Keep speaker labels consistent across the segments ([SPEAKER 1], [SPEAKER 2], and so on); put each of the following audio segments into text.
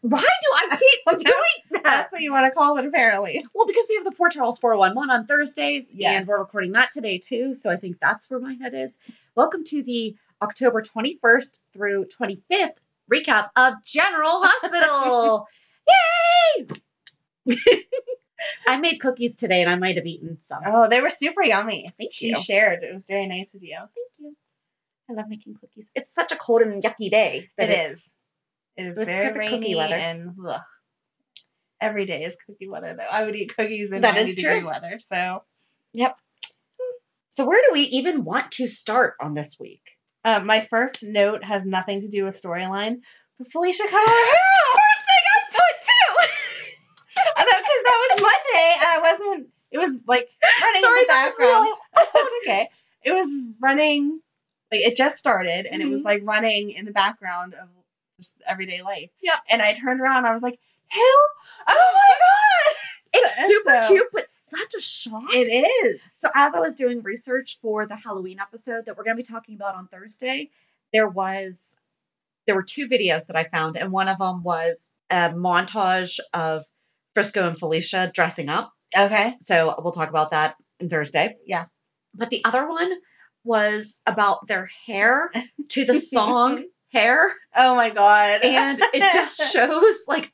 [SPEAKER 1] Why do I keep doing that?
[SPEAKER 2] That's what you want to call it, apparently.
[SPEAKER 1] Well, because we have the Port Charles 411 on Thursdays,
[SPEAKER 2] Yes.
[SPEAKER 1] and we're recording that today too. So I think that's where my head is. Welcome to the October 21st through 25th recap of General Hospital. Yay! I made cookies today and I might have eaten some.
[SPEAKER 2] Oh, they were super yummy.
[SPEAKER 1] Thank
[SPEAKER 2] she
[SPEAKER 1] you.
[SPEAKER 2] shared. It was very nice of you.
[SPEAKER 1] Thank you. I love making cookies. It's such a cold and yucky day. that
[SPEAKER 2] It
[SPEAKER 1] it's-
[SPEAKER 2] is. It is
[SPEAKER 1] it was
[SPEAKER 2] very
[SPEAKER 1] perfect
[SPEAKER 2] rainy
[SPEAKER 1] cookie weather.
[SPEAKER 2] and ugh. every day is cookie weather though. I would eat cookies in
[SPEAKER 1] That is
[SPEAKER 2] 90 degree
[SPEAKER 1] true.
[SPEAKER 2] weather. So
[SPEAKER 1] So, where do we even want to start on this week?
[SPEAKER 2] uh, my first note has nothing to do with storyline, but Felicia cut all her hair. out.
[SPEAKER 1] First thing I thought too.
[SPEAKER 2] I know because that was Monday and I wasn't. It was like running
[SPEAKER 1] Sorry,
[SPEAKER 2] in the
[SPEAKER 1] that was
[SPEAKER 2] background.
[SPEAKER 1] really-
[SPEAKER 2] That's okay. It was running. Like it just started, and it was
[SPEAKER 1] Mhm.
[SPEAKER 2] like running in the background of just everyday life.
[SPEAKER 1] Yep.
[SPEAKER 2] And I turned around. I was like, "Who? Oh my god!"
[SPEAKER 1] It's
[SPEAKER 2] So-
[SPEAKER 1] super
[SPEAKER 2] so-
[SPEAKER 1] cute, but such a shock.
[SPEAKER 2] It is.
[SPEAKER 1] So, as I was doing research for the Halloween episode that we're going to be talking about on Thursday, there was there were two videos that I found, and one of them was a montage of Frisco and Felicia dressing up.
[SPEAKER 2] Okay.
[SPEAKER 1] So we'll talk about that on Thursday.
[SPEAKER 2] Yeah.
[SPEAKER 1] But the other one was about their hair to the song "Hair,"
[SPEAKER 2] Oh my god.
[SPEAKER 1] and it just shows like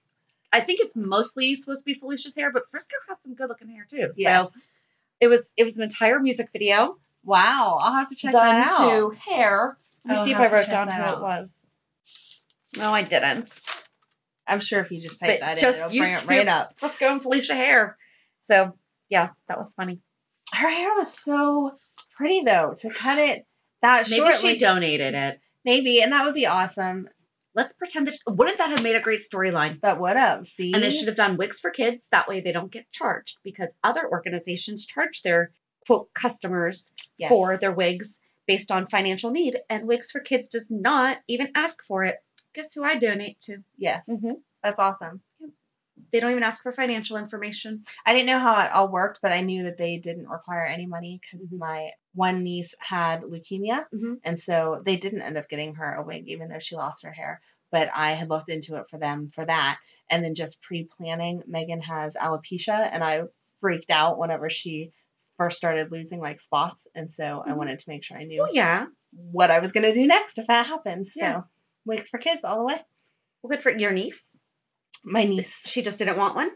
[SPEAKER 1] I think it's mostly supposed to be Felicia's hair, but Frisco had some good looking hair too.
[SPEAKER 2] Yes.
[SPEAKER 1] So it was it was an entire music video
[SPEAKER 2] wow. I'll have to check that out.
[SPEAKER 1] done to hair. Oh, Let me
[SPEAKER 2] I'll
[SPEAKER 1] see if
[SPEAKER 2] have
[SPEAKER 1] I
[SPEAKER 2] to
[SPEAKER 1] wrote
[SPEAKER 2] check
[SPEAKER 1] down
[SPEAKER 2] that
[SPEAKER 1] who
[SPEAKER 2] out.
[SPEAKER 1] it was. No, I didn't.
[SPEAKER 2] I'm sure if you just
[SPEAKER 1] But
[SPEAKER 2] type that
[SPEAKER 1] just
[SPEAKER 2] in, it'll bring it
[SPEAKER 1] YouTube.
[SPEAKER 2] right up.
[SPEAKER 1] Frisco and Felicia Hair. So yeah, that was funny.
[SPEAKER 2] Her hair was so pretty though. To cut it that
[SPEAKER 1] Maybe
[SPEAKER 2] short,
[SPEAKER 1] she
[SPEAKER 2] like,
[SPEAKER 1] donated it.
[SPEAKER 2] maybe, and that would be awesome.
[SPEAKER 1] Let's pretend that. She, wouldn't that have made a great storyline?
[SPEAKER 2] That would have. See,
[SPEAKER 1] And they should have done wigs for kids. That way they don't get charged because other organizations charge their quote customers
[SPEAKER 2] Yes.
[SPEAKER 1] for their wigs based on financial need, and Wigs for Kids does not even ask for it. Guess who I donate to?
[SPEAKER 2] Yes,
[SPEAKER 1] Mm-hmm.
[SPEAKER 2] that's awesome.
[SPEAKER 1] They don't even ask for financial information.
[SPEAKER 2] I didn't know how it all worked, but I knew that they didn't require any money because
[SPEAKER 1] Mm-hmm.
[SPEAKER 2] my one niece had leukemia,
[SPEAKER 1] Mhm.
[SPEAKER 2] and so they didn't end up getting her a wig, even though she lost her hair. But I had looked into it for them for that, and then just pre-planning. Megan has alopecia, and I freaked out whenever she first started losing like spots, and so I
[SPEAKER 1] Mhm.
[SPEAKER 2] wanted to make sure I knew
[SPEAKER 1] Oh yeah.
[SPEAKER 2] what I was gonna do next if that happened.
[SPEAKER 1] Yeah.
[SPEAKER 2] So wigs for kids all the way.
[SPEAKER 1] Well, good for your niece.
[SPEAKER 2] My niece
[SPEAKER 1] She just didn't want one.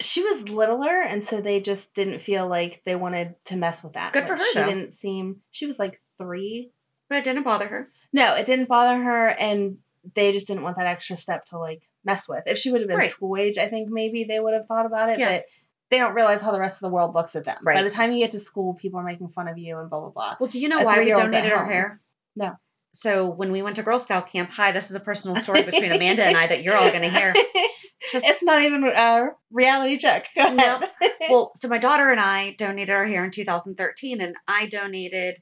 [SPEAKER 2] she was littler and so they just didn't feel like they wanted to mess with that
[SPEAKER 1] Good for
[SPEAKER 2] Like,
[SPEAKER 1] her,
[SPEAKER 2] she
[SPEAKER 1] though.
[SPEAKER 2] didn't seem she was like three
[SPEAKER 1] But it didn't bother her.
[SPEAKER 2] No, it didn't bother her, and they just didn't want that extra step to like mess with. If she would have been
[SPEAKER 1] Right.
[SPEAKER 2] school age, I think maybe they would have thought about it,
[SPEAKER 1] Yeah.
[SPEAKER 2] but they don't realize how the rest of the world looks at them. By
[SPEAKER 1] Right.
[SPEAKER 2] the time you get to school, people are making fun of you and blah blah blah.
[SPEAKER 1] Well, do you know
[SPEAKER 2] A
[SPEAKER 1] why we
[SPEAKER 2] three-year-old's at
[SPEAKER 1] donated our
[SPEAKER 2] home.
[SPEAKER 1] hair?
[SPEAKER 2] No.
[SPEAKER 1] So when we went to Girl Scout camp, hi, this is a personal story between Amanda and I that you're all going to hear. Just-
[SPEAKER 2] it's not even a reality check. Go
[SPEAKER 1] No.
[SPEAKER 2] ahead.
[SPEAKER 1] Well, so my daughter and I donated our hair in 2013, and I donated,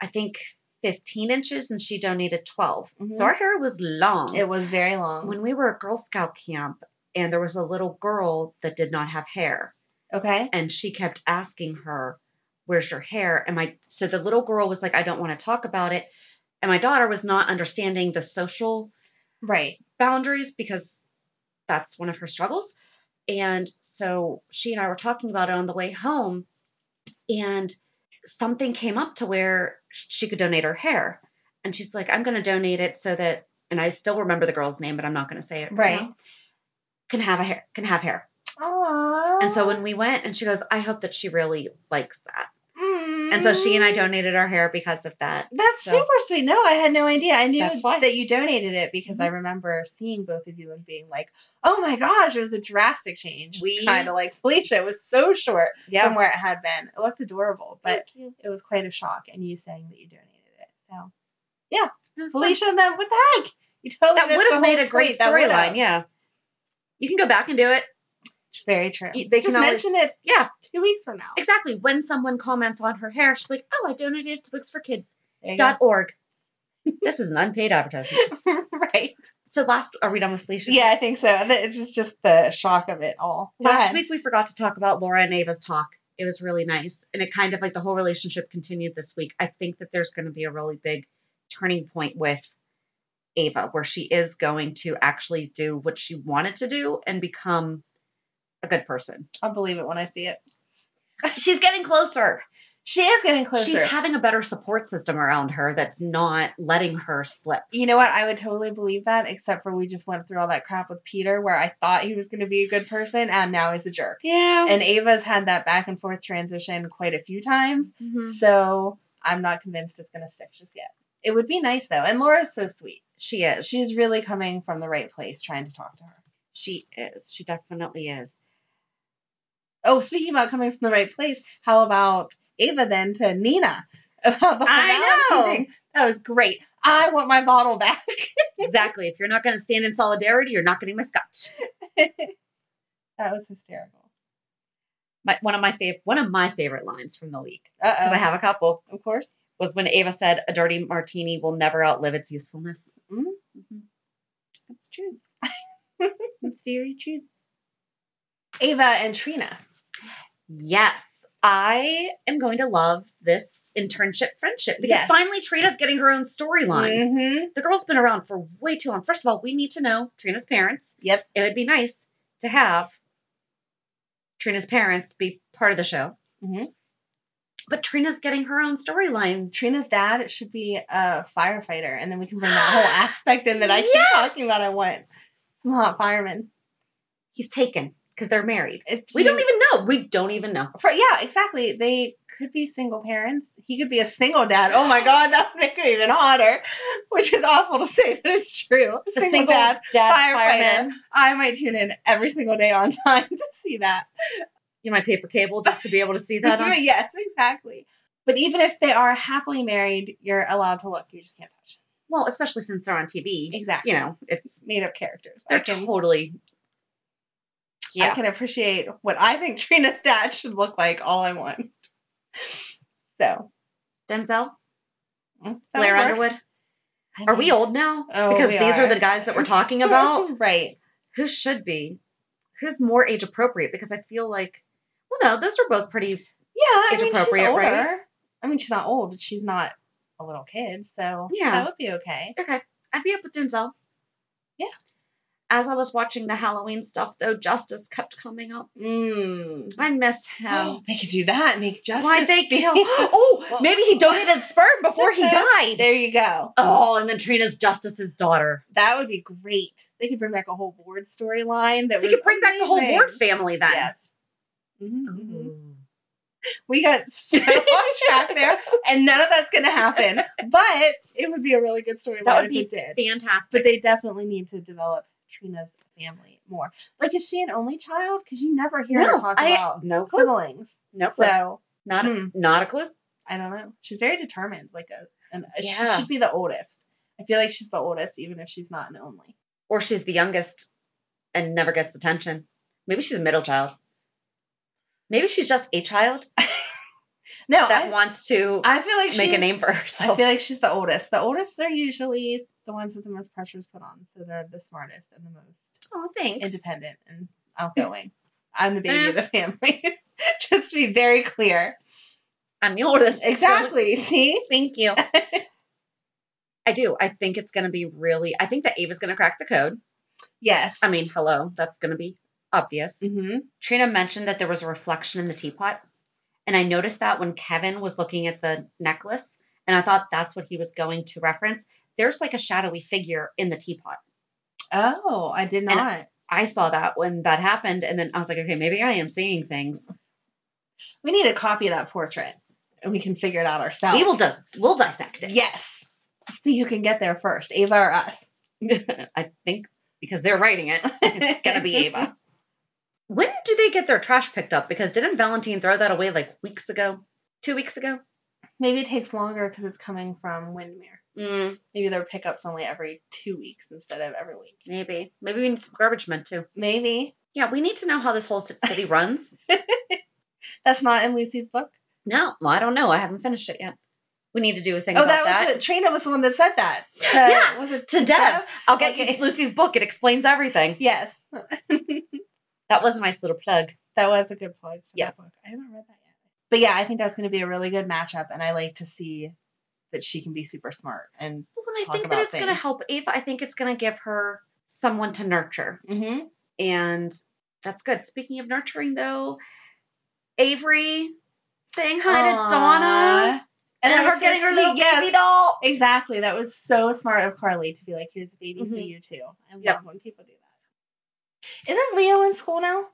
[SPEAKER 1] I think, 15 inches, and she donated 12.
[SPEAKER 2] Mhm.
[SPEAKER 1] So our hair was long.
[SPEAKER 2] it was very long.
[SPEAKER 1] when we were at Girl Scout camp, and there was a little girl that did not have hair.
[SPEAKER 2] okay.
[SPEAKER 1] and she kept asking her where's your hair and my so the little girl was like i don't want to talk about it and my daughter was not understanding the social
[SPEAKER 2] Right.
[SPEAKER 1] boundaries because that's one of her struggles and so she and i were talking about it on the way home and something came up to where she could donate her hair and she's like i'm going to donate it so that and i still remember the girl's name but i'm not going to say it
[SPEAKER 2] Right.
[SPEAKER 1] now, can have a hair can have hair
[SPEAKER 2] Aww.
[SPEAKER 1] and so when we went and she goes i hope that she really likes that and so she and I donated our hair because of that.
[SPEAKER 2] That's
[SPEAKER 1] So-
[SPEAKER 2] super sweet. No, I had no idea. I knew
[SPEAKER 1] That's Mm-hmm. why.
[SPEAKER 2] that you donated it because I remember seeing both of you and being like, "Oh my gosh, it was a drastic change."
[SPEAKER 1] We-
[SPEAKER 2] kind of like Felicia it was so short from
[SPEAKER 1] Yeah.
[SPEAKER 2] where it had been. It looked adorable, but it was quite a shock. And you saying that you donated it, so Felicia, then what the heck? You totally
[SPEAKER 1] that
[SPEAKER 2] missed
[SPEAKER 1] would
[SPEAKER 2] the
[SPEAKER 1] have made
[SPEAKER 2] whole
[SPEAKER 1] a great
[SPEAKER 2] point. That would've.
[SPEAKER 1] storyline. Yeah. You can go back and do it.
[SPEAKER 2] It's very true.
[SPEAKER 1] You- they
[SPEAKER 2] just
[SPEAKER 1] can always-
[SPEAKER 2] mention it
[SPEAKER 1] Yeah,
[SPEAKER 2] two weeks from now.
[SPEAKER 1] exactly. When someone comments on her hair, she's like, oh, I donated it to
[SPEAKER 2] There you
[SPEAKER 1] wigsforkids.org.
[SPEAKER 2] go.
[SPEAKER 1] this is an unpaid advertisement.
[SPEAKER 2] right?
[SPEAKER 1] So last, are we done with Felicia?
[SPEAKER 2] Yeah, I think so. It was just the shock of it all. Go
[SPEAKER 1] Last
[SPEAKER 2] ahead.
[SPEAKER 1] week we forgot to talk about Laura and Ava's talk. It was really nice. And it kind of like the whole relationship continued this week. I think that there's going to be a really big turning point with Ava where she is going to actually do what she wanted to do and become a good person.
[SPEAKER 2] I'll believe it when I see it.
[SPEAKER 1] She's getting closer.
[SPEAKER 2] She is getting closer.
[SPEAKER 1] She's having a better support system around her that's not letting her slip.
[SPEAKER 2] You know what? I would totally believe that, except for we just went through all that crap with Peter, where I thought he was going to be a good person, and now he's a jerk.
[SPEAKER 1] Yeah.
[SPEAKER 2] And Ava's had that back and forth transition quite a few times,
[SPEAKER 1] Mm-hmm.
[SPEAKER 2] so I'm not convinced it's going to stick just yet. It would be nice though, and Laura's so sweet.
[SPEAKER 1] she is.
[SPEAKER 2] She's really coming from the right place, trying to talk to her.
[SPEAKER 1] she is. She definitely is.
[SPEAKER 2] Oh, speaking about coming from the right place, how about Ava then to Nina about the
[SPEAKER 1] I
[SPEAKER 2] whole
[SPEAKER 1] know.
[SPEAKER 2] Valentine thing? That was great. I want my bottle back.
[SPEAKER 1] Exactly. If you're not going to stand in solidarity, you're not getting my scotch.
[SPEAKER 2] That was hysterical.
[SPEAKER 1] My, one of my favorite one of my favorite lines from the week
[SPEAKER 2] Uh
[SPEAKER 1] because I have a couple
[SPEAKER 2] Of course.
[SPEAKER 1] was when Ava said, "A dirty martini will never outlive its usefulness."
[SPEAKER 2] Mhm.
[SPEAKER 1] Mm-hmm. That's true. it's very true.
[SPEAKER 2] Ava and Trina.
[SPEAKER 1] Yes, I am going to love this internship friendship because
[SPEAKER 2] Yes.
[SPEAKER 1] finally Trina's getting her own storyline.
[SPEAKER 2] Mm-hmm.
[SPEAKER 1] The girl's been around for way too long. First of all, we need to know Trina's parents.
[SPEAKER 2] Yep.
[SPEAKER 1] It would be nice to have Trina's parents be part of the show.
[SPEAKER 2] Mhm.
[SPEAKER 1] But Trina's getting her own storyline.
[SPEAKER 2] Trina's dad should be a firefighter, and then we can bring that whole aspect in that I keep
[SPEAKER 1] Yes!
[SPEAKER 2] talking about. I want some hot firemen.
[SPEAKER 1] He's taken because they're married.
[SPEAKER 2] If
[SPEAKER 1] We
[SPEAKER 2] you-
[SPEAKER 1] don't even know. We don't even know.
[SPEAKER 2] For, yeah, exactly. They could be single parents. He could be a single dad. Oh my god, that would make it even hotter. Which is awful to say, but it's true.
[SPEAKER 1] The
[SPEAKER 2] single, dad,
[SPEAKER 1] dad
[SPEAKER 2] firefighter.
[SPEAKER 1] fireman.
[SPEAKER 2] I might tune in every single day on time to see that.
[SPEAKER 1] You might pay for cable just to be able to see that. On.
[SPEAKER 2] yes, exactly. But even if they are happily married, you're allowed to look. You just can't touch.
[SPEAKER 1] Well, especially since they're on TV.
[SPEAKER 2] Exactly.
[SPEAKER 1] You know, it's
[SPEAKER 2] Made up characters. I
[SPEAKER 1] they're
[SPEAKER 2] can-
[SPEAKER 1] totally. Yeah.
[SPEAKER 2] I can appreciate what I think Trina's dad should look like all I want. So, mm,
[SPEAKER 1] Denzel,
[SPEAKER 2] that would
[SPEAKER 1] Blair
[SPEAKER 2] work.
[SPEAKER 1] Underwood.
[SPEAKER 2] I
[SPEAKER 1] Are we
[SPEAKER 2] mean,
[SPEAKER 1] old now?
[SPEAKER 2] Oh,
[SPEAKER 1] because
[SPEAKER 2] we
[SPEAKER 1] these
[SPEAKER 2] are.
[SPEAKER 1] are the guys that we're talking about.
[SPEAKER 2] right?
[SPEAKER 1] who should be who's more age appropriate because i feel like well no those are both pretty
[SPEAKER 2] Yeah, I
[SPEAKER 1] Age
[SPEAKER 2] mean, she's
[SPEAKER 1] appropriate,
[SPEAKER 2] older.
[SPEAKER 1] right?
[SPEAKER 2] I mean, she's not old, but she's not a little kid, so
[SPEAKER 1] Yeah.
[SPEAKER 2] that would be okay.
[SPEAKER 1] okay i'd be up with denzel
[SPEAKER 2] Yeah.
[SPEAKER 1] as i was watching the halloween stuff though justice kept coming up
[SPEAKER 2] Mm.
[SPEAKER 1] i miss him
[SPEAKER 2] they could do that. Make justice.
[SPEAKER 1] why Hmm. they
[SPEAKER 2] be-
[SPEAKER 1] kill oh
[SPEAKER 2] Well-
[SPEAKER 1] maybe he donated sperm before he died
[SPEAKER 2] there you go.
[SPEAKER 1] oh and then trina's justice's daughter
[SPEAKER 2] That would be great. They could bring back a whole board storyline. That
[SPEAKER 1] they
[SPEAKER 2] was
[SPEAKER 1] could bring back the whole
[SPEAKER 2] amazing.
[SPEAKER 1] ward family then
[SPEAKER 2] Yes. Mhm, mhm.
[SPEAKER 1] Ooh.
[SPEAKER 2] We got so off track there, and none of that's going to happen. But it would be a really good storyline
[SPEAKER 1] That would
[SPEAKER 2] if
[SPEAKER 1] be
[SPEAKER 2] it did.
[SPEAKER 1] fantastic.
[SPEAKER 2] But they definitely need to develop Trina's family more. Like, is she an only child? Because you never hear her
[SPEAKER 1] No,
[SPEAKER 2] talk
[SPEAKER 1] I-
[SPEAKER 2] about
[SPEAKER 1] no clue.
[SPEAKER 2] siblings.
[SPEAKER 1] No clue. Mm-hmm.
[SPEAKER 2] So
[SPEAKER 1] not
[SPEAKER 2] Hmm.
[SPEAKER 1] a, not a clue.
[SPEAKER 2] I don't know. She's very determined. Like a, an,
[SPEAKER 1] Yeah.
[SPEAKER 2] she should be the oldest. I feel like she's the oldest, even if she's not an only.
[SPEAKER 1] Or she's the youngest and never gets attention. Maybe she's a middle child. Maybe she's just a child
[SPEAKER 2] No,
[SPEAKER 1] that
[SPEAKER 2] I,
[SPEAKER 1] wants to
[SPEAKER 2] I feel like
[SPEAKER 1] make
[SPEAKER 2] she's,
[SPEAKER 1] a name for
[SPEAKER 2] I
[SPEAKER 1] herself.
[SPEAKER 2] feel like she's the oldest. The oldest are usually the ones that the most pressure is put on, so they're the smartest and the most
[SPEAKER 1] oh, thanks.
[SPEAKER 2] independent and outgoing. I'm the baby of the family. Just to be very clear.
[SPEAKER 1] I'm the oldest. so
[SPEAKER 2] Exactly. See.
[SPEAKER 1] Thank you. I do. I think it's going to be really. I think that Ava's going to crack the code.
[SPEAKER 2] Yes.
[SPEAKER 1] I mean, hello, that's going to be obvious.
[SPEAKER 2] hmm
[SPEAKER 1] Trina mentioned that there was a reflection in the teapot, and I noticed that when Kevin was looking at the necklace, and I thought that's what he was going to reference. There's like a shadowy figure in the teapot.
[SPEAKER 2] Oh, I did
[SPEAKER 1] And-
[SPEAKER 2] not.
[SPEAKER 1] I saw that when that happened, and then I was like, okay, maybe I am seeing things.
[SPEAKER 2] we need a copy of that portrait, and we can figure it out ourselves.
[SPEAKER 1] We will di- we'll dissect it.
[SPEAKER 2] Yes. See who can get there first, Ava or us.
[SPEAKER 1] I think because they're writing it, it's gonna be Ava. When do they get their trash picked up? Because didn't Valentine throw that away like weeks ago, two weeks ago?
[SPEAKER 2] Maybe it takes longer because it's coming from Windmere.
[SPEAKER 1] Mm,
[SPEAKER 2] Maybe their pickups only every two weeks instead of every week.
[SPEAKER 1] maybe. Maybe we need some garbage men too.
[SPEAKER 2] Maybe
[SPEAKER 1] Yeah, we need to know how this whole ci- city runs.
[SPEAKER 2] that's not in Lucy's book.
[SPEAKER 1] No, well, I don't know. I haven't finished it yet. We need to do a thing
[SPEAKER 2] Oh, that,
[SPEAKER 1] about that.
[SPEAKER 2] was the, Trina was the one that said that. Uh,
[SPEAKER 1] Yeah,
[SPEAKER 2] was it
[SPEAKER 1] to Dev. I'll get
[SPEAKER 2] Okay.
[SPEAKER 1] you Lucy's book. It explains everything.
[SPEAKER 2] Yes,
[SPEAKER 1] That was a nice little plug.
[SPEAKER 2] that was a good plug. For
[SPEAKER 1] Yes.
[SPEAKER 2] that book. I haven't read that yet. But yeah, I think that's going to be a really good matchup, and I like to see that she can be super smart. And
[SPEAKER 1] Well, and I
[SPEAKER 2] Talk
[SPEAKER 1] think that
[SPEAKER 2] about
[SPEAKER 1] it's going to
[SPEAKER 2] things.
[SPEAKER 1] help Ava. I think it's going to give her someone to nurture.
[SPEAKER 2] Mm-hmm.
[SPEAKER 1] And that's good. Speaking of nurturing, though, Avery saying hi
[SPEAKER 2] Aw.
[SPEAKER 1] to Donna and,
[SPEAKER 2] that
[SPEAKER 1] her
[SPEAKER 2] was so
[SPEAKER 1] getting her little
[SPEAKER 2] sweet. Yes.
[SPEAKER 1] baby doll.
[SPEAKER 2] Exactly. That was so smart of Carly to be like, here's a baby for
[SPEAKER 1] Mhm.
[SPEAKER 2] you too. I
[SPEAKER 1] Yep.
[SPEAKER 2] love when people do that. Isn't Leo in school now?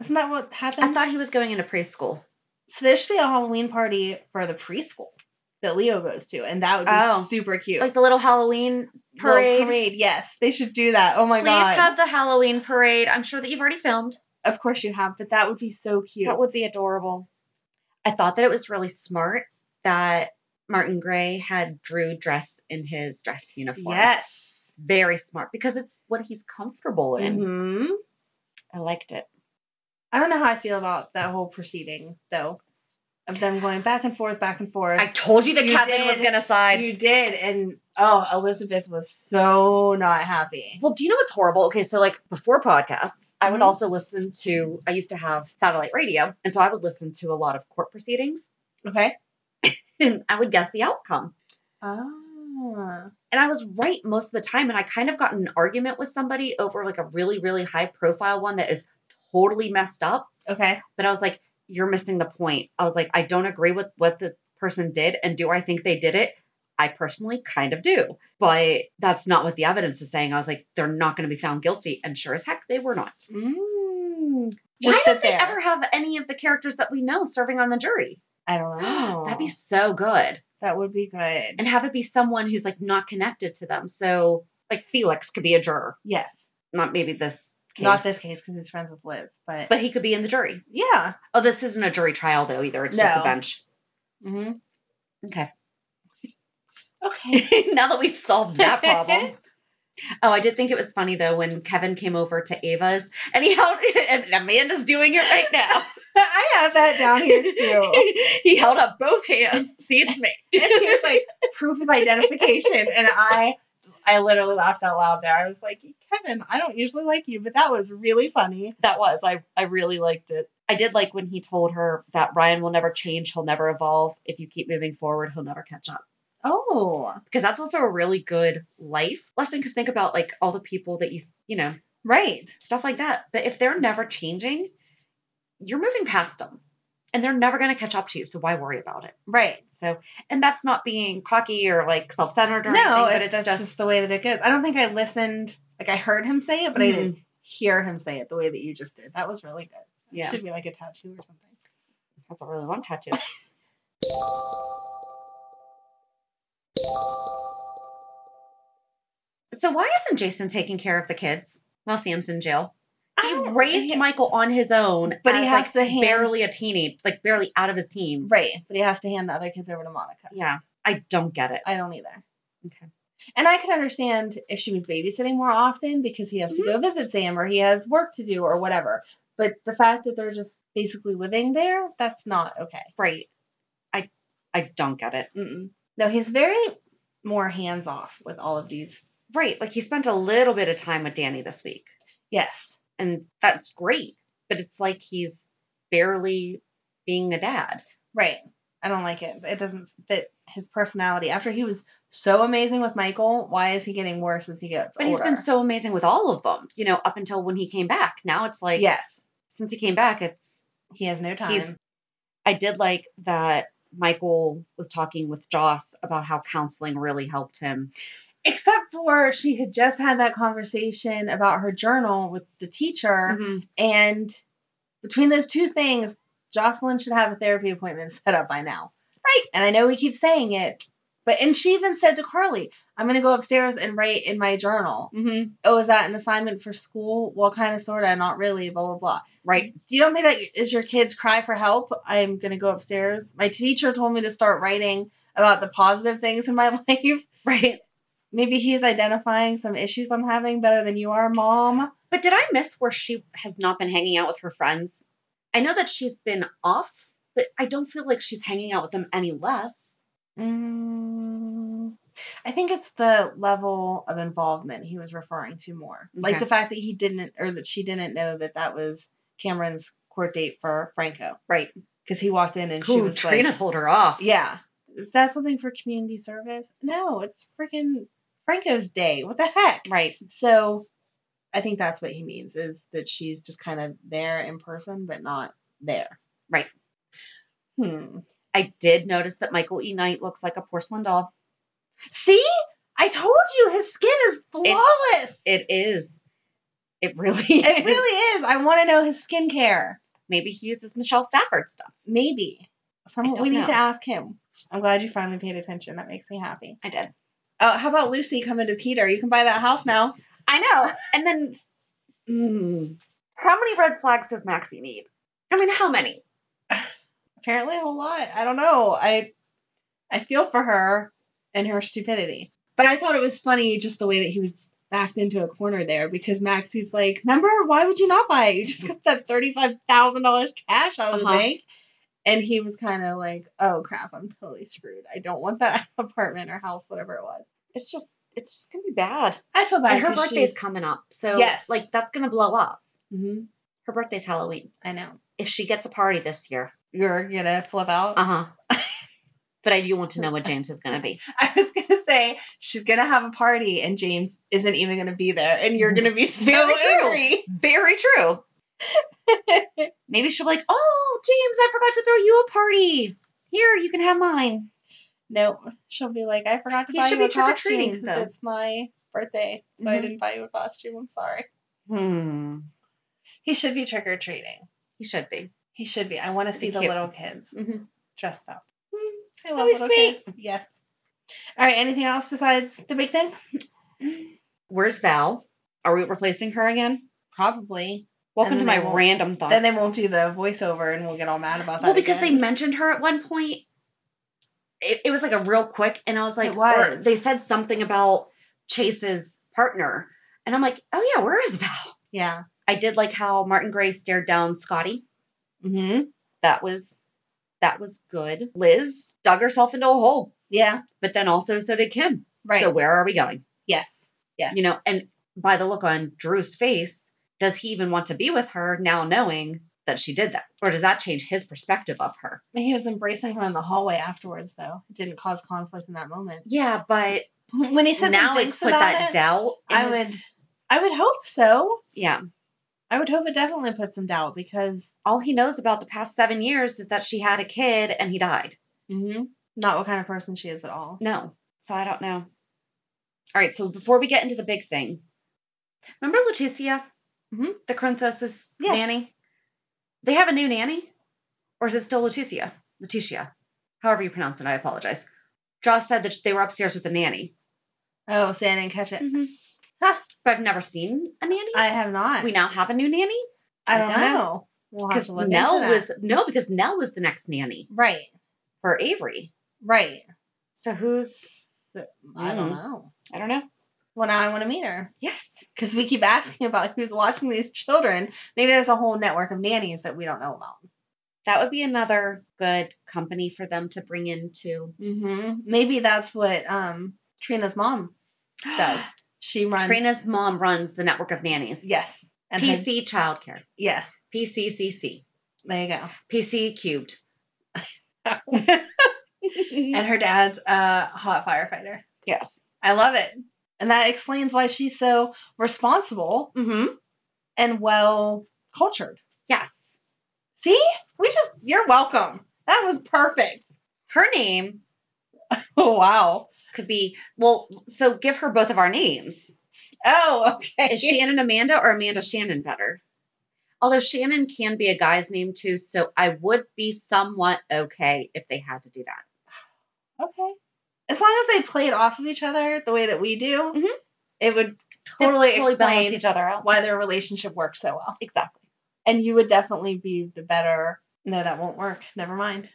[SPEAKER 2] Isn't that what happened?
[SPEAKER 1] I thought he was going into preschool.
[SPEAKER 2] so there should be a Halloween party for the preschool that Leo goes to, and that would be
[SPEAKER 1] Oh.
[SPEAKER 2] super cute.
[SPEAKER 1] Like the little Halloween
[SPEAKER 2] Little
[SPEAKER 1] parade.
[SPEAKER 2] Yes, they should do that. Oh my
[SPEAKER 1] Please
[SPEAKER 2] god.
[SPEAKER 1] have the Halloween parade. I'm sure that you've already filmed.
[SPEAKER 2] of course you have, but that would be so cute.
[SPEAKER 1] That would be adorable. I thought that it was really smart that Martin Gray had Drew dress in his dress uniform.
[SPEAKER 2] yes.
[SPEAKER 1] Very smart because it's what he's comfortable in.
[SPEAKER 2] hmm
[SPEAKER 1] Mm-hmm. I liked it.
[SPEAKER 2] I don't know how I feel about that whole proceeding though. Of them going back and forth, back and forth.
[SPEAKER 1] I told you that
[SPEAKER 2] You
[SPEAKER 1] Kevin was
[SPEAKER 2] did.
[SPEAKER 1] going to side.
[SPEAKER 2] You did, and oh, Elizabeth was so not happy.
[SPEAKER 1] Well, do you know what's horrible? Okay, so like before podcasts, I would
[SPEAKER 2] Mhm.
[SPEAKER 1] also listen to, I used to have satellite radio, and so I would listen to a lot of court proceedings
[SPEAKER 2] Okay.
[SPEAKER 1] and I would guess the outcome.
[SPEAKER 2] Ah.
[SPEAKER 1] And I was right most of the time, and I kind of got in an argument with somebody over like a really, really high profile one that is totally messed up.
[SPEAKER 2] Okay.
[SPEAKER 1] But I was like, you're missing the point. I was like, I don't agree with what the person did, and do I think they did it? I personally kind of do, but that's not what the evidence is saying. I was like, they're not going to be found guilty, and sure as heck, they were not.
[SPEAKER 2] Mm.
[SPEAKER 1] Why
[SPEAKER 2] Just
[SPEAKER 1] don't
[SPEAKER 2] sit
[SPEAKER 1] they
[SPEAKER 2] there.
[SPEAKER 1] ever have any of the characters that we know serving on the jury?
[SPEAKER 2] I don't know.
[SPEAKER 1] That'd be so good.
[SPEAKER 2] that would be good.
[SPEAKER 1] And have it be someone who's like not connected to them. So like Felix could be a juror.
[SPEAKER 2] Yes.
[SPEAKER 1] Not maybe this case.
[SPEAKER 2] Not this case because he's friends with Liz, but,
[SPEAKER 1] But he could be in the jury.
[SPEAKER 2] yeah.
[SPEAKER 1] Oh, this isn't a jury trial though either. It's just a
[SPEAKER 2] No.
[SPEAKER 1] bench.
[SPEAKER 2] Mm-hmm.
[SPEAKER 1] Okay.
[SPEAKER 2] Okay.
[SPEAKER 1] now that we've solved that problem. Oh, I did think it was funny though when Kevin came over to Ava's and he held and Amanda's doing it right now.
[SPEAKER 2] I have that down here too.
[SPEAKER 1] he held up both hands. See, it's me.
[SPEAKER 2] and he was like proof of identification, and I. I literally laughed out loud there. I was like, Kevin, I don't usually like you, but that was really funny.
[SPEAKER 1] that was. I, I really liked it. I did like when he told her that Ryan will never change, he'll never evolve. If you keep moving forward, he'll never catch up.
[SPEAKER 2] Oh,
[SPEAKER 1] Because that's also a really good life lesson. Because think about like all the people that you, you know,
[SPEAKER 2] right.
[SPEAKER 1] stuff like that. But if they're never changing, you're moving past them and they're never going to catch up to you. So why worry about it?
[SPEAKER 2] Right.
[SPEAKER 1] So, and that's not being cocky or like self centered or
[SPEAKER 2] No,
[SPEAKER 1] anything,
[SPEAKER 2] it-
[SPEAKER 1] but it's
[SPEAKER 2] that's
[SPEAKER 1] just,
[SPEAKER 2] just, the way that it goes. I don't think I listened. Like I heard him say it, but I
[SPEAKER 1] Mhm.
[SPEAKER 2] didn't hear him say it the way that you just did. That was really good. It
[SPEAKER 1] yeah.
[SPEAKER 2] should be like a tattoo or something.
[SPEAKER 1] That's a really long tattoo. so why isn't Jason taking care of the kids while Sam's in jail?
[SPEAKER 2] I
[SPEAKER 1] He
[SPEAKER 2] don't-
[SPEAKER 1] raised
[SPEAKER 2] he-
[SPEAKER 1] Michael on his own,
[SPEAKER 2] But he
[SPEAKER 1] as,
[SPEAKER 2] has
[SPEAKER 1] like,
[SPEAKER 2] to hand-
[SPEAKER 1] barely a teenage, like barely out of his teens.
[SPEAKER 2] Right. But he has to hand the other kids over to Monica.
[SPEAKER 1] Yeah, I don't get it.
[SPEAKER 2] I don't either.
[SPEAKER 1] Okay.
[SPEAKER 2] And I could understand if she was babysitting more often because he has to
[SPEAKER 1] Mm-hmm.
[SPEAKER 2] go visit Sam or he has work to do or whatever. But the fact that they're just basically living there, that's not okay.
[SPEAKER 1] Right. I I don't get it.
[SPEAKER 2] Mm-mm. No, he's very more hands off with all of these.
[SPEAKER 1] Right. Like he spent a little bit of time with Danny this week,
[SPEAKER 2] Yes.
[SPEAKER 1] and that's great. But it's like he's barely being a dad.
[SPEAKER 2] Right. I don't like it. It doesn't fit his personality. After he was so amazing with Michael, why is he getting worse as he gets
[SPEAKER 1] But
[SPEAKER 2] older?
[SPEAKER 1] he's been so amazing with all of them, you know, up until when he came back. Now it's like,
[SPEAKER 2] yes.
[SPEAKER 1] since he came back, it's
[SPEAKER 2] He has no time.
[SPEAKER 1] He's- I did like that Michael was talking with Joss about how counseling really helped him.
[SPEAKER 2] Except for she had just had that conversation about her journal with the teacher.
[SPEAKER 1] Mm-hmm.
[SPEAKER 2] And between those two things, Jocelyn should have a therapy appointment set up by now.
[SPEAKER 1] Right.
[SPEAKER 2] And I know we keep saying it, but and she even said to Carly, I'm gonna go upstairs and write in my journal.
[SPEAKER 1] Mm-hmm.
[SPEAKER 2] Oh, is that an assignment for school? Well, kind of, sort of, not really, blah, blah, blah.
[SPEAKER 1] Right.
[SPEAKER 2] Do you don't think that is your kids' cry for help? I'm going to go upstairs. My teacher told me to start writing about the positive things in my life.
[SPEAKER 1] Right.
[SPEAKER 2] Maybe he's identifying some issues I'm having better than you are, mom.
[SPEAKER 1] But did I miss where she has not been hanging out with her friends? I know that she's been off, but I don't feel like she's hanging out with them any less.
[SPEAKER 2] Mm, I think it's the level of involvement he was referring to more. Like
[SPEAKER 1] Okay.
[SPEAKER 2] the fact that he didn't, or that she didn't know that that was Cameron's court date for Franco.
[SPEAKER 1] Right.
[SPEAKER 2] Because he walked in and she
[SPEAKER 1] Ooh,
[SPEAKER 2] was
[SPEAKER 1] Trina
[SPEAKER 2] like,
[SPEAKER 1] told her off.
[SPEAKER 2] Yeah. Is that something for community service? No, it's freaking Franco's day. What the heck?
[SPEAKER 1] Right.
[SPEAKER 2] So I think that's what he means is that she's just kind of there in person, but not there.
[SPEAKER 1] Right.
[SPEAKER 2] Hmm.
[SPEAKER 1] I did notice that Michael E. Knight looks like a porcelain doll.
[SPEAKER 2] See? I told you his skin is flawless. It,
[SPEAKER 1] It is. It really is.
[SPEAKER 2] really is. I want to know his skincare.
[SPEAKER 1] Maybe he uses Michelle Stafford stuff.
[SPEAKER 2] Maybe. Some,
[SPEAKER 1] don't
[SPEAKER 2] we need
[SPEAKER 1] know.
[SPEAKER 2] to ask him. I'm glad you finally paid attention. That makes me happy.
[SPEAKER 1] I did.
[SPEAKER 2] Oh, how about Lucy coming to Peter? You can buy that house now. Hmm.
[SPEAKER 1] I know. And then, mm, how many red flags does Maxie need? I mean, how many?
[SPEAKER 2] apparently a whole lot. I don't know. I I feel for her and her stupidity. But I thought it was funny just the way that he was backed into a corner there because Maxie's like, remember, why would you not buy it? You just got that thirty-five thousand dollars cash out of
[SPEAKER 1] Uh-huh.
[SPEAKER 2] the bank. And he was kind of like, oh crap, I'm totally screwed. I don't want that apartment or house, whatever it was.
[SPEAKER 1] It's just, it's just gonna be bad.
[SPEAKER 2] I feel bad.
[SPEAKER 1] and her
[SPEAKER 2] 'cause
[SPEAKER 1] birthday's
[SPEAKER 2] she's-
[SPEAKER 1] coming up, so
[SPEAKER 2] Yes.
[SPEAKER 1] like that's gonna blow up.
[SPEAKER 2] Mhm,
[SPEAKER 1] Her birthday's Halloween.
[SPEAKER 2] I know.
[SPEAKER 1] If she gets a party this year,
[SPEAKER 2] You're gonna flip out.
[SPEAKER 1] uh huh. but I do want to know what James is gonna be.
[SPEAKER 2] I was gonna say she's gonna have a party and James isn't even gonna be there, and you're gonna be so
[SPEAKER 1] Very true.
[SPEAKER 2] angry.
[SPEAKER 1] Very true. Maybe she'll be like, "Oh, James, I forgot to throw you a party. Here, you can have mine."
[SPEAKER 2] Nope. She'll be Mm-hmm. like, I forgot to
[SPEAKER 1] He
[SPEAKER 2] buy
[SPEAKER 1] should
[SPEAKER 2] you
[SPEAKER 1] be
[SPEAKER 2] a
[SPEAKER 1] trick-or-treating,
[SPEAKER 2] costume because
[SPEAKER 1] though.
[SPEAKER 2] it's my birthday, so I
[SPEAKER 1] Mhm.
[SPEAKER 2] didn't buy you a costume. I'm sorry.
[SPEAKER 1] Hmm.
[SPEAKER 2] He should be trick or treating.
[SPEAKER 1] He should be.
[SPEAKER 2] He should be. I want to
[SPEAKER 1] That'd be
[SPEAKER 2] see the
[SPEAKER 1] cute.
[SPEAKER 2] little kids
[SPEAKER 1] Mhm.
[SPEAKER 2] dressed up. Mm-hmm. Hmm. I
[SPEAKER 1] That'd
[SPEAKER 2] love
[SPEAKER 1] be
[SPEAKER 2] little
[SPEAKER 1] sweet.
[SPEAKER 2] kids. Yes. All right. Anything else besides the big thing?
[SPEAKER 1] Where's Val? Are we replacing her again?
[SPEAKER 2] Probably.
[SPEAKER 1] Welcome
[SPEAKER 2] And
[SPEAKER 1] to
[SPEAKER 2] then
[SPEAKER 1] my
[SPEAKER 2] they won't-
[SPEAKER 1] random thoughts.
[SPEAKER 2] Then they won't do the voiceover, and we'll get all mad about that.
[SPEAKER 1] Well, because
[SPEAKER 2] again.
[SPEAKER 1] they mentioned her at one point. It, it was like a real quick, and I was like,
[SPEAKER 2] It was.
[SPEAKER 1] or they said something about Chase's partner, and I'm like, oh yeah, where is Val?
[SPEAKER 2] yeah.
[SPEAKER 1] I did like how Martin Gray stared down Scotty.
[SPEAKER 2] Mm-hmm.
[SPEAKER 1] That was that was good. Liz dug herself into a hole,
[SPEAKER 2] Yeah.
[SPEAKER 1] but then also so did Kim.
[SPEAKER 2] Right.
[SPEAKER 1] So where are we going?
[SPEAKER 2] yes. Yes.
[SPEAKER 1] You know, and by the look on Drew's face, does he even want to be with her now, knowing that she did that, or does that change his perspective of her?
[SPEAKER 2] He was embracing her in the hallway afterwards, though. It didn't cause conflict in that moment.
[SPEAKER 1] Yeah, but
[SPEAKER 2] When he says
[SPEAKER 1] now
[SPEAKER 2] he
[SPEAKER 1] it's
[SPEAKER 2] thinks
[SPEAKER 1] put
[SPEAKER 2] about
[SPEAKER 1] that
[SPEAKER 2] it,
[SPEAKER 1] doubt. in
[SPEAKER 2] I
[SPEAKER 1] his-
[SPEAKER 2] would, I would hope so.
[SPEAKER 1] Yeah.
[SPEAKER 2] I would hope it definitely puts some doubt because
[SPEAKER 1] All he knows about the past seven years is that she had a kid and he died.
[SPEAKER 2] Mm-hmm. not what kind of person she is at all.
[SPEAKER 1] No. So I don't know. All right. So before we get into the big thing, remember Leticia,
[SPEAKER 2] Mhm.
[SPEAKER 1] the Corinthos'
[SPEAKER 2] Yeah.
[SPEAKER 1] nanny? They have a new nanny. Or is it still Leticia? Leticia. However you pronounce it, I apologize. Joss said that they were upstairs with a nanny.
[SPEAKER 2] Oh, see, I didn't catch it.
[SPEAKER 1] Mm-hmm. But I've never seen a nanny.
[SPEAKER 2] I have not.
[SPEAKER 1] we now have a new nanny.
[SPEAKER 2] I
[SPEAKER 1] I
[SPEAKER 2] Mm-hmm. don't,
[SPEAKER 1] don't
[SPEAKER 2] know.
[SPEAKER 1] know.
[SPEAKER 2] We'll have
[SPEAKER 1] Because
[SPEAKER 2] to look
[SPEAKER 1] Nell
[SPEAKER 2] into that.
[SPEAKER 1] was no, because Nell was the next nanny
[SPEAKER 2] right,
[SPEAKER 1] for Avery.
[SPEAKER 2] right.
[SPEAKER 1] So who's
[SPEAKER 2] So, I don't
[SPEAKER 1] Mm.
[SPEAKER 2] know.
[SPEAKER 1] I don't know.
[SPEAKER 2] Well, now I want to meet her
[SPEAKER 1] Yes.
[SPEAKER 2] because we keep asking about who's watching these children. Maybe there's a whole network of nannies that we don't know about.
[SPEAKER 1] That would be another good company for them to bring into
[SPEAKER 2] Mm-hmm. Maybe that's what um, Trina's mom does. She runs.
[SPEAKER 1] Trina's mom runs the network of nannies.
[SPEAKER 2] Yes. And her-
[SPEAKER 1] PC childcare.
[SPEAKER 2] yeah.
[SPEAKER 1] PCCC.
[SPEAKER 2] There you go.
[SPEAKER 1] PC cubed.
[SPEAKER 2] And her dad's a hot firefighter.
[SPEAKER 1] yes.
[SPEAKER 2] I love it. And that explains why she's so responsible
[SPEAKER 1] hmm
[SPEAKER 2] and well cultured.
[SPEAKER 1] Yes.
[SPEAKER 2] See? We just you're welcome. That was perfect.
[SPEAKER 1] Her name
[SPEAKER 2] Oh wow.
[SPEAKER 1] could be well. So give her both of our names.
[SPEAKER 2] Oh, okay.
[SPEAKER 1] Is Shannon Amanda or Amanda Shannon better? Although Shannon can be a guy's name too, so I would be somewhat okay if they had to do that.
[SPEAKER 2] okay. As long as they played off of each other the way that we do,
[SPEAKER 1] Mhm.
[SPEAKER 2] it would
[SPEAKER 1] They
[SPEAKER 2] totally,
[SPEAKER 1] totally balance
[SPEAKER 2] explain
[SPEAKER 1] each other out.
[SPEAKER 2] why their relationship works so well.
[SPEAKER 1] Exactly.
[SPEAKER 2] And you would definitely be the better. No, that won't work. Never mind.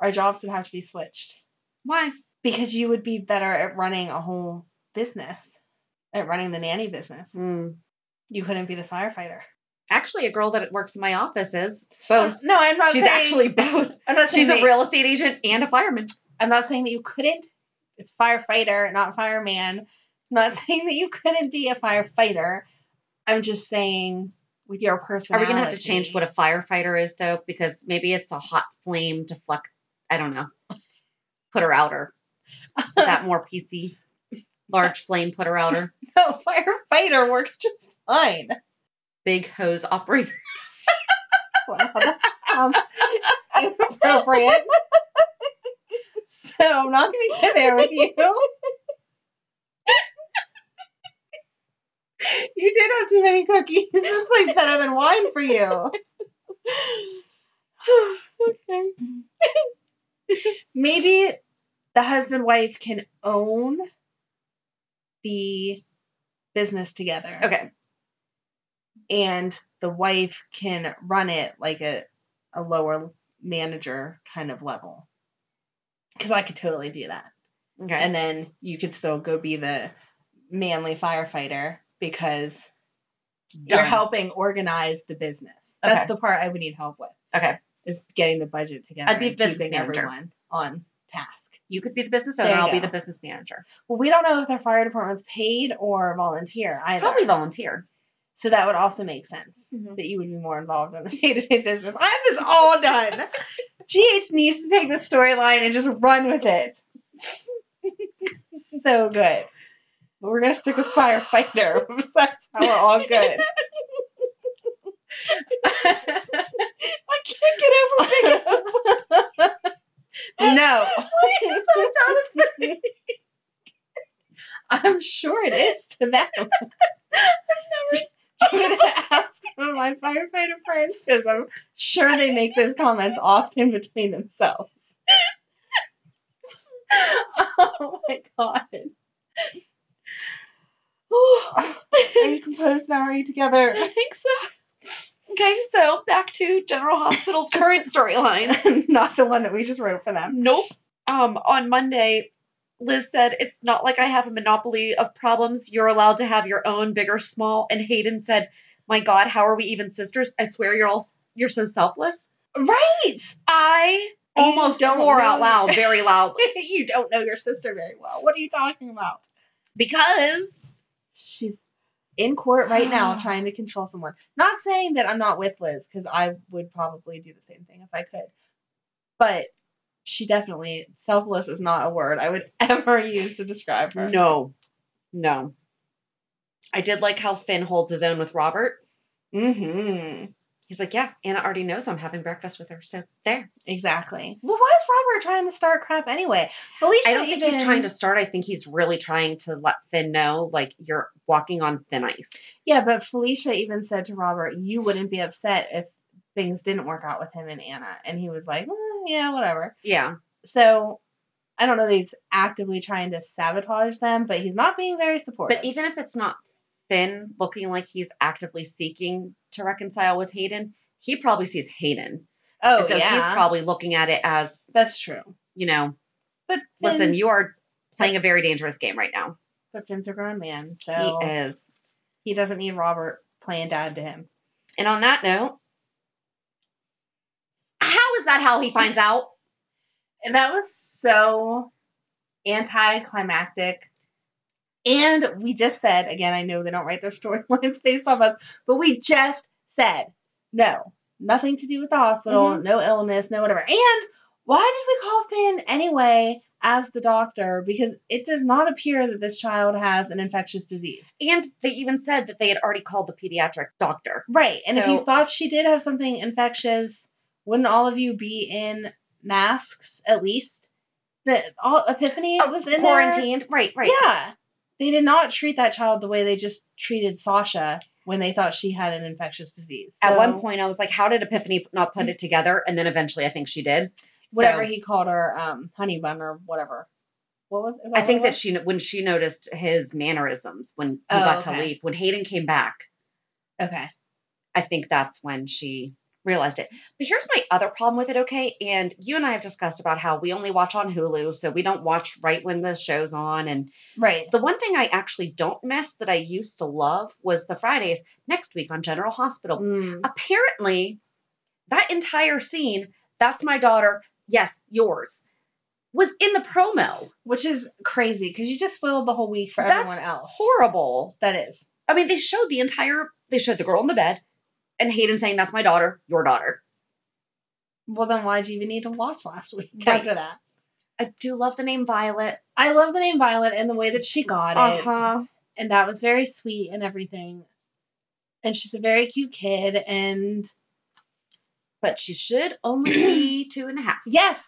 [SPEAKER 2] Our jobs would have to be switched
[SPEAKER 1] Why?
[SPEAKER 2] because you would be better at running a whole business, at running the nanny business. You couldn't be the firefighter. Um,
[SPEAKER 1] Actually, a girl that works in my office is both.
[SPEAKER 2] No, I'm not
[SPEAKER 1] She's
[SPEAKER 2] saying.
[SPEAKER 1] actually both.
[SPEAKER 2] I'm not saying
[SPEAKER 1] She's a
[SPEAKER 2] that-
[SPEAKER 1] real estate agent and a fireman.
[SPEAKER 2] I'm not saying that you couldn't. It's firefighter, not fireman. I'm not saying that you couldn't be a firefighter. I'm just saying with your
[SPEAKER 1] Are we
[SPEAKER 2] personality.
[SPEAKER 1] gonna have to change what a firefighter is though? Because maybe it's a hot flame deflect. I don't know. Putter outer. Is that more PC? Large flame putter outer.
[SPEAKER 2] no firefighter works just fine?
[SPEAKER 1] Big hose operator.
[SPEAKER 2] Wow, that sounds Um, inappropriate. so I'm not going to get there with you. you did have too many cookies. This is like better than wine for you. okay. Maybe the husband wife can own the business together
[SPEAKER 1] Okay.
[SPEAKER 2] and the wife can run it like a, a lower manager kind of level. Because I could totally do that.
[SPEAKER 1] Okay.
[SPEAKER 2] And then you could still go be the manly firefighter because you're
[SPEAKER 1] Done.
[SPEAKER 2] helping organize the business. That's
[SPEAKER 1] Okay.
[SPEAKER 2] the part I would need help with
[SPEAKER 1] Okay.
[SPEAKER 2] is getting the budget together.
[SPEAKER 1] I'd be
[SPEAKER 2] and
[SPEAKER 1] the business
[SPEAKER 2] keeping
[SPEAKER 1] manager.
[SPEAKER 2] everyone on task.
[SPEAKER 1] You could be the business
[SPEAKER 2] There
[SPEAKER 1] owner.
[SPEAKER 2] you
[SPEAKER 1] I'll be
[SPEAKER 2] go.
[SPEAKER 1] the business manager.
[SPEAKER 2] Well, we don't know if their fire department's paid or volunteer either.
[SPEAKER 1] Probably volunteer.
[SPEAKER 2] So that would also make sense
[SPEAKER 1] Mhm.
[SPEAKER 2] that you would be more involved in the day to day business. I have this all done. GH needs to take the storyline and just run with it. so good. But we're going to stick with firefighter. That's how we're all good. I can't get over pickups. no. It's not a thing. I'm sure it is to them. I'm gonna ask some of my firefighter friends because I'm sure they make those comments often between themselves. oh my god. Are you composed now? Are you together?
[SPEAKER 1] think so. Okay, so back to General Hospital's current storyline.
[SPEAKER 2] Not the one that we just wrote for them.
[SPEAKER 1] Nope. Um, on Monday, Liz said, It's not like I have a monopoly of problems. You're allowed to have your own, big or small. And Hayden said, My God, how are we even sisters? I swear you're all you're so selfless.
[SPEAKER 2] Right.
[SPEAKER 1] I almost
[SPEAKER 2] don't
[SPEAKER 1] swore out
[SPEAKER 2] know.
[SPEAKER 1] loud, very loudly.
[SPEAKER 2] you don't know your sister very well. What are you talking about?
[SPEAKER 1] Because
[SPEAKER 2] She's in court right now trying to control someone. Not saying that I'm not with Liz, because I would probably do the same thing if I could. But she definitely, selfless is not a word I would ever use to describe her.
[SPEAKER 1] No. No. I did like how Finn holds his own with Robert.
[SPEAKER 2] Mm-hmm.
[SPEAKER 1] He's like, Yeah, Anna already knows I'm having breakfast with her. So there.
[SPEAKER 2] Exactly. Well, why is Robert trying to start crap anyway? Felicia
[SPEAKER 1] I don't think he's
[SPEAKER 2] even-
[SPEAKER 1] trying to start. I think he's really trying to let Finn know, like, you're walking on thin ice.
[SPEAKER 2] Yeah, but Felicia even said to Robert, you wouldn't be upset if things didn't work out with him and Anna. And he was like, "Eh, yeah, whatever.
[SPEAKER 1] Yeah.
[SPEAKER 2] So I don't know that he's actively trying to sabotage them, but he's not being very supportive.
[SPEAKER 1] But even if it's not Finn looking like he's actively seeking to reconcile with Hayden, he probably sees Hayden.
[SPEAKER 2] oh,
[SPEAKER 1] And so
[SPEAKER 2] yeah.
[SPEAKER 1] he's probably looking at it as,
[SPEAKER 2] That's true.
[SPEAKER 1] you know,
[SPEAKER 2] But
[SPEAKER 1] listen,
[SPEAKER 2] Finn's-
[SPEAKER 1] you are playing a very dangerous game right now.
[SPEAKER 2] But Finn's a grown man, so
[SPEAKER 1] He is.
[SPEAKER 2] he doesn't need Robert playing dad to him.
[SPEAKER 1] And on that note, how is that how he finds out?
[SPEAKER 2] And that was so anticlimactic. And we just said, again, I know they don't write their storylines based off us, but we just said, no, nothing to do with the hospital, no illness, no whatever. And why did we call Finn anyway as the doctor? Because it does not appear that this child has an infectious disease.
[SPEAKER 1] And they even said that they had already called the pediatric doctor.
[SPEAKER 2] Right. And if you
[SPEAKER 1] So-
[SPEAKER 2] thought she did have something infectious, wouldn't all of you be in masks at least? The all Epiphany was in there.
[SPEAKER 1] quarantined. Right, Oh, right.
[SPEAKER 2] Yeah. They did not treat that child the way they just treated Sasha when they thought she had an infectious disease.
[SPEAKER 1] At
[SPEAKER 2] So,
[SPEAKER 1] one point, I was like, how did Epiphany not put it together? And then eventually, I think she did.
[SPEAKER 2] whatever
[SPEAKER 1] So,
[SPEAKER 2] he called her, um, honey bun or whatever. What was? is
[SPEAKER 1] I
[SPEAKER 2] what
[SPEAKER 1] think
[SPEAKER 2] it
[SPEAKER 1] that
[SPEAKER 2] was?
[SPEAKER 1] she, when she noticed his mannerisms when he
[SPEAKER 2] Oh,
[SPEAKER 1] got to
[SPEAKER 2] okay.
[SPEAKER 1] leave, when Hayden came back,
[SPEAKER 2] Okay.
[SPEAKER 1] I think that's when she realized it. But here's my other problem with it, okay? And you and I have discussed about how we only watch on Hulu, so we don't watch right when the show's on. And
[SPEAKER 2] Right.
[SPEAKER 1] the one thing I actually don't miss that I used to love was the Fridays next week on General Hospital.
[SPEAKER 2] Mm.
[SPEAKER 1] Apparently, that entire scene, that's my daughter, yes, yours, was in the promo.
[SPEAKER 2] Which is crazy because you just spoiled the whole week for
[SPEAKER 1] That's
[SPEAKER 2] everyone else.
[SPEAKER 1] Horrible.
[SPEAKER 2] That is.
[SPEAKER 1] I mean, they showed the entire, they showed the girl in the bed and Hayden saying, that's my daughter, your daughter.
[SPEAKER 2] Well, then why'd you even need to watch last week
[SPEAKER 1] Right.
[SPEAKER 2] after that?
[SPEAKER 1] I do love the name Violet.
[SPEAKER 2] I love the name Violet and the way that she got it.
[SPEAKER 1] Uh-huh.
[SPEAKER 2] And that was very sweet and everything. And she's a very cute kid. And
[SPEAKER 1] But she should only be two and a half.
[SPEAKER 2] yes,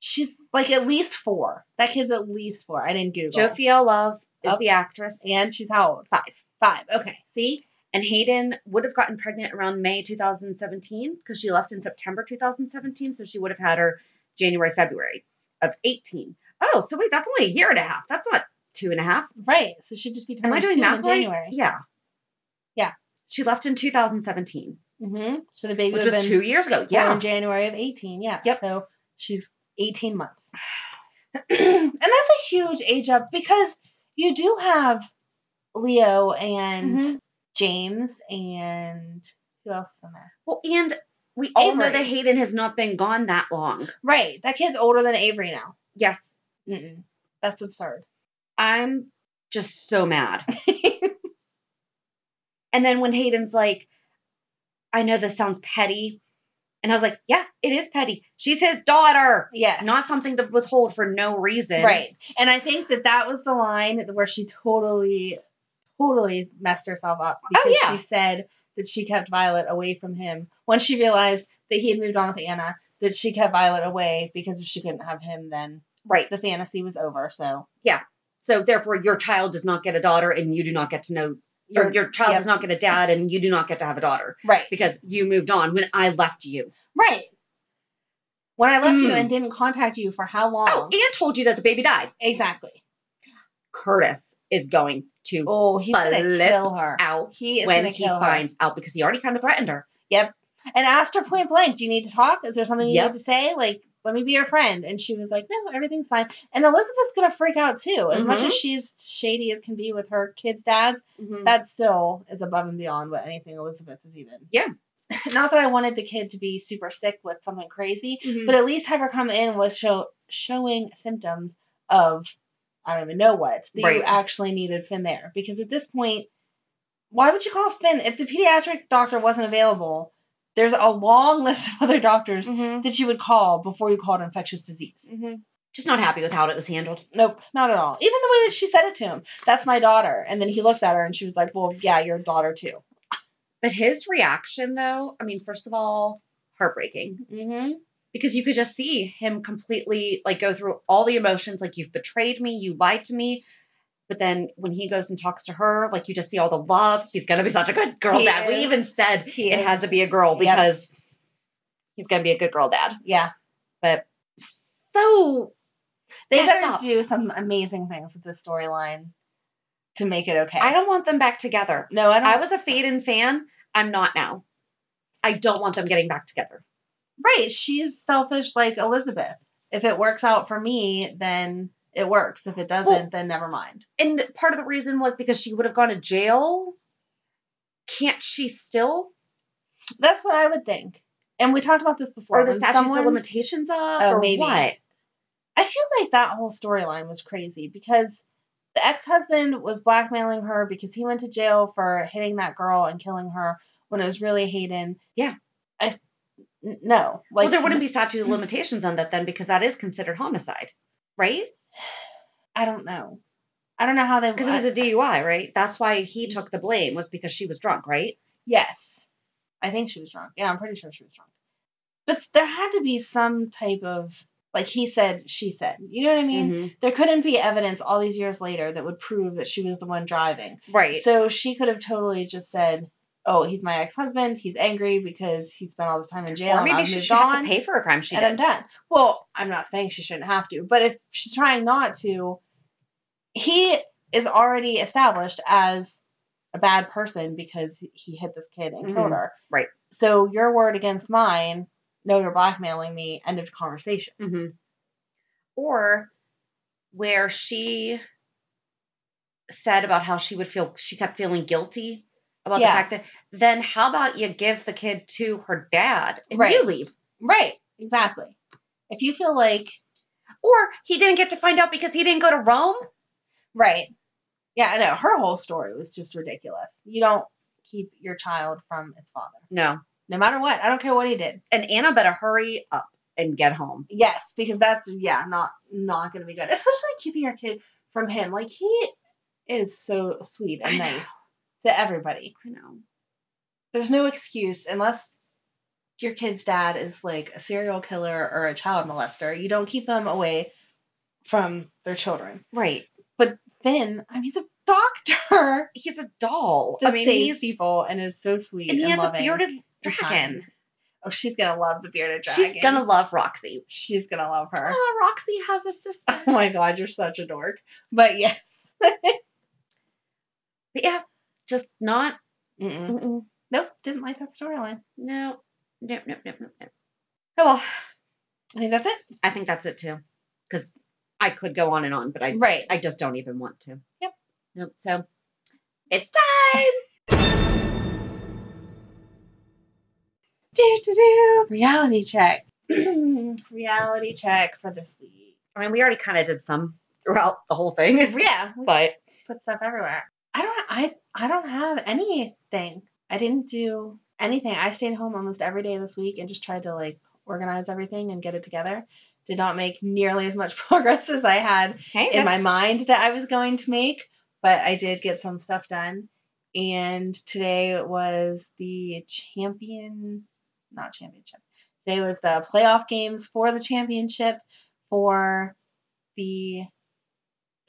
[SPEAKER 2] she's like at least four. That kid's at least four. I didn't Google.
[SPEAKER 1] Jophiel Love is
[SPEAKER 2] Up.
[SPEAKER 1] the actress.
[SPEAKER 2] And she's how old? Five. Five. Okay. See?
[SPEAKER 1] And Hayden would have gotten pregnant around May 2017 because she left in September 2017. So she would have had her January, February of 18. Oh, so wait, that's only a year and a half. That's not two and a half.
[SPEAKER 2] Right. So she'd just be
[SPEAKER 1] Am
[SPEAKER 2] turning
[SPEAKER 1] I doing
[SPEAKER 2] two
[SPEAKER 1] math
[SPEAKER 2] in
[SPEAKER 1] right?
[SPEAKER 2] January.
[SPEAKER 1] Yeah.
[SPEAKER 2] Yeah.
[SPEAKER 1] She left in 2017,
[SPEAKER 2] hmm So the baby
[SPEAKER 1] Mm-hmm.
[SPEAKER 2] would
[SPEAKER 1] which was
[SPEAKER 2] have been
[SPEAKER 1] two years ago.
[SPEAKER 2] born
[SPEAKER 1] Yeah.
[SPEAKER 2] in January of 18. Yeah.
[SPEAKER 1] Yep.
[SPEAKER 2] So she's 18 months. and that's a huge age up because you do have Leo and
[SPEAKER 1] Mhm.
[SPEAKER 2] James and who else is in there?
[SPEAKER 1] Well, and we all know
[SPEAKER 2] Avery.
[SPEAKER 1] that Hayden has not been gone that long.
[SPEAKER 2] Right. That kid's older than Avery now.
[SPEAKER 1] Yes.
[SPEAKER 2] Mm-mm. That's absurd.
[SPEAKER 1] I'm just so mad. and then when Hayden's like, I know this sounds petty. And I was like, yeah, it is petty. She's his daughter.
[SPEAKER 2] Yes.
[SPEAKER 1] Not something to withhold for no reason.
[SPEAKER 2] Right. And I think that that was the line where she totally, totally messed herself up because
[SPEAKER 1] Oh, yeah.
[SPEAKER 2] she said that she kept Violet away from him once she realized that he had moved on with Anna. That she kept Violet away because if she couldn't have him, then
[SPEAKER 1] Right.
[SPEAKER 2] the fantasy was over. So
[SPEAKER 1] So therefore, your child does not get a daughter and you do not get to know, your,
[SPEAKER 2] Your-
[SPEAKER 1] your child
[SPEAKER 2] yep.
[SPEAKER 1] does not get a dad and you do not get to have a daughter
[SPEAKER 2] right,
[SPEAKER 1] because you moved on when I left you.
[SPEAKER 2] right. When I left you
[SPEAKER 1] Mm.
[SPEAKER 2] and didn't contact you for how long?
[SPEAKER 1] Oh, and told you that the baby died.
[SPEAKER 2] exactly.
[SPEAKER 1] Curtis is going to
[SPEAKER 2] Oh, he's gonna
[SPEAKER 1] Flip
[SPEAKER 2] kill her.
[SPEAKER 1] out
[SPEAKER 2] He is
[SPEAKER 1] when
[SPEAKER 2] gonna
[SPEAKER 1] he
[SPEAKER 2] kill her.
[SPEAKER 1] finds out because he already kind of threatened her.
[SPEAKER 2] and asked her point blank, "Do you need to talk? Is there something you
[SPEAKER 1] Yep.
[SPEAKER 2] need to say? Like, let me be your friend." And she was like, "No, everything's fine." And Elizabeth's gonna freak out too. As much
[SPEAKER 1] Mhm.
[SPEAKER 2] as she's shady as can be with her kids' dads,
[SPEAKER 1] Mm-hmm.
[SPEAKER 2] that still is above and beyond what anything Elizabeth is even.
[SPEAKER 1] Yeah.
[SPEAKER 2] Not that I wanted the kid to be super sick with something crazy, but at least have her come in with show showing symptoms of I don't even know what that
[SPEAKER 1] Right.
[SPEAKER 2] you actually needed Finn there because at this point, why would you call Finn if the pediatric doctor wasn't available? There's a long list of other doctors
[SPEAKER 1] Mm-hmm.
[SPEAKER 2] that you would call before you called infectious disease.
[SPEAKER 1] Just not happy with how it was handled.
[SPEAKER 2] Nope, not at all. Even the way that she said it to him, "That's my daughter," and then he looked at her and she was like, "Well, yeah, your daughter too."
[SPEAKER 1] But his reaction, though, I mean, first of all, heartbreaking
[SPEAKER 2] Mm-hmm.
[SPEAKER 1] because you could just see him completely like go through all the emotions like, you've betrayed me, you lied to me. But then when he goes and talks to her, like you just see all the love. He's gonna be such a good girl
[SPEAKER 2] He
[SPEAKER 1] dad. We
[SPEAKER 2] is.
[SPEAKER 1] even said
[SPEAKER 2] He
[SPEAKER 1] it
[SPEAKER 2] is.
[SPEAKER 1] had to be a girl
[SPEAKER 2] Yep.
[SPEAKER 1] because he's gonna be a good girl dad.
[SPEAKER 2] Yeah.
[SPEAKER 1] But so
[SPEAKER 2] They
[SPEAKER 1] messed
[SPEAKER 2] better
[SPEAKER 1] up.
[SPEAKER 2] do some amazing things with this storyline to make it okay.
[SPEAKER 1] I don't want them back together.
[SPEAKER 2] No, I don't.
[SPEAKER 1] I was a Faden fan. I'm not now. I don't want them getting back together.
[SPEAKER 2] right. She's selfish like Elizabeth. If it works out for me, then it works. If it doesn't,
[SPEAKER 1] Well-
[SPEAKER 2] then never mind.
[SPEAKER 1] And part of the reason was because she would have gone to jail. Can't she still?
[SPEAKER 2] That's what I would think. And we talked about this before.
[SPEAKER 1] Or the
[SPEAKER 2] when
[SPEAKER 1] statutes of
[SPEAKER 2] someone's-
[SPEAKER 1] limitations up?
[SPEAKER 2] Oh,
[SPEAKER 1] or
[SPEAKER 2] maybe.
[SPEAKER 1] what?
[SPEAKER 2] I feel like that whole storyline was crazy because the ex husband was blackmailing her because he went to jail for hitting that girl and killing her when it was really Hayden.
[SPEAKER 1] Yeah.
[SPEAKER 2] I, n- no. Like,
[SPEAKER 1] well, there wouldn't be statute of limitations on that then because that is considered homicide, right?
[SPEAKER 2] I don't know. I don't know how they.
[SPEAKER 1] Because it was a DUI, right? That's why he
[SPEAKER 2] Mm-hmm.
[SPEAKER 1] took the blame was because she was drunk, right?
[SPEAKER 2] Yes. I think she was drunk. Yeah, I'm pretty sure she was drunk. But s- there had to be some type of, like he said, she said. You know what I mean?
[SPEAKER 1] Mm-hmm.
[SPEAKER 2] There couldn't be evidence all these years later that would prove that she was the one driving.
[SPEAKER 1] Right.
[SPEAKER 2] So she could have totally just said, "Oh, he's my ex-husband. He's angry because he spent all this time in jail.
[SPEAKER 1] or
[SPEAKER 2] and
[SPEAKER 1] maybe
[SPEAKER 2] I've
[SPEAKER 1] she
[SPEAKER 2] moved
[SPEAKER 1] should have
[SPEAKER 2] on,
[SPEAKER 1] to pay for a crime she
[SPEAKER 2] and I'm
[SPEAKER 1] did.
[SPEAKER 2] done." Well, I'm not saying she shouldn't have to, but if she's trying not to, he is already established as a bad person because he hit this kid and
[SPEAKER 1] Mhm.
[SPEAKER 2] killed her.
[SPEAKER 1] Right.
[SPEAKER 2] So your word against mine. No, you're blackmailing me. End of conversation.
[SPEAKER 1] hmm Or where she said about how she would feel, she kept feeling guilty about
[SPEAKER 2] Yeah.
[SPEAKER 1] the fact that, then how about you give the kid to her dad and
[SPEAKER 2] Right.
[SPEAKER 1] you leave?
[SPEAKER 2] Right. Exactly. If you feel like
[SPEAKER 1] Or he didn't get to find out because he didn't go to Rome?
[SPEAKER 2] Right. Yeah, I know. Her whole story was just ridiculous. You don't keep your child from its father,
[SPEAKER 1] No.
[SPEAKER 2] no matter what. I don't care what he did.
[SPEAKER 1] And Anna better hurry up and get home.
[SPEAKER 2] Yes, because that's yeah, not not going to be good. Especially keeping your kid from him. Like he is so sweet and
[SPEAKER 1] I know.
[SPEAKER 2] nice to everybody.
[SPEAKER 1] I know.
[SPEAKER 2] There's no excuse unless your kid's dad is like a serial killer or a child molester. You don't keep them away from their children.
[SPEAKER 1] Right.
[SPEAKER 2] But Finn, I mean, he's a doctor.
[SPEAKER 1] He's a doll.
[SPEAKER 2] that
[SPEAKER 1] I mean,
[SPEAKER 2] saves
[SPEAKER 1] he's,
[SPEAKER 2] people and is so sweet
[SPEAKER 1] and
[SPEAKER 2] and,
[SPEAKER 1] he has a
[SPEAKER 2] loving.
[SPEAKER 1] bearded
[SPEAKER 2] and
[SPEAKER 1] dragon.
[SPEAKER 2] Oh, she's gonna love the bearded dragon.
[SPEAKER 1] She's gonna love Roxy.
[SPEAKER 2] She's gonna love her.
[SPEAKER 1] Oh, Roxy has a sister.
[SPEAKER 2] Oh my god, you're such a dork. But yes,
[SPEAKER 1] But yeah, just not.
[SPEAKER 2] Mm-mm.
[SPEAKER 1] Mm-mm.
[SPEAKER 2] nope, didn't like that storyline.
[SPEAKER 1] No, no, no, no, no, no. Oh well,
[SPEAKER 2] I think that's it.
[SPEAKER 1] I think that's it too, because I could go on and on, but I
[SPEAKER 2] Right.
[SPEAKER 1] I just don't even want to.
[SPEAKER 2] Yep.
[SPEAKER 1] Nope. So it's time.
[SPEAKER 2] Do do do. Reality check. Reality check for this week.
[SPEAKER 1] I mean, we already kind of did some throughout the whole thing,
[SPEAKER 2] Yeah, we
[SPEAKER 1] but
[SPEAKER 2] put stuff everywhere. I don't. I I don't have anything. I didn't do anything. I stayed home almost every day this week and just tried to like organize everything and get it together. Did not make nearly as much progress as I had
[SPEAKER 1] hey,
[SPEAKER 2] in my
[SPEAKER 1] that's-
[SPEAKER 2] mind that I was going to make, but I did get some stuff done. And today was the champion, not championship. Today was the playoff games for the championship for the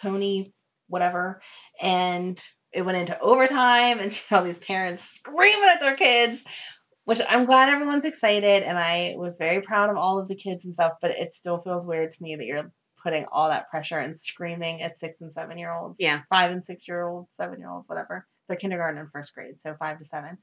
[SPEAKER 2] pony, whatever. And it went into overtime and all these parents screaming at their kids, which I'm glad everyone's excited. And I was very proud of all of the kids and stuff, but it still feels weird to me that you're putting all that pressure and screaming at six and seven year olds.
[SPEAKER 1] Yeah.
[SPEAKER 2] Five and six year olds, seven year olds, whatever. They're kindergarten and first grade, so five to seven.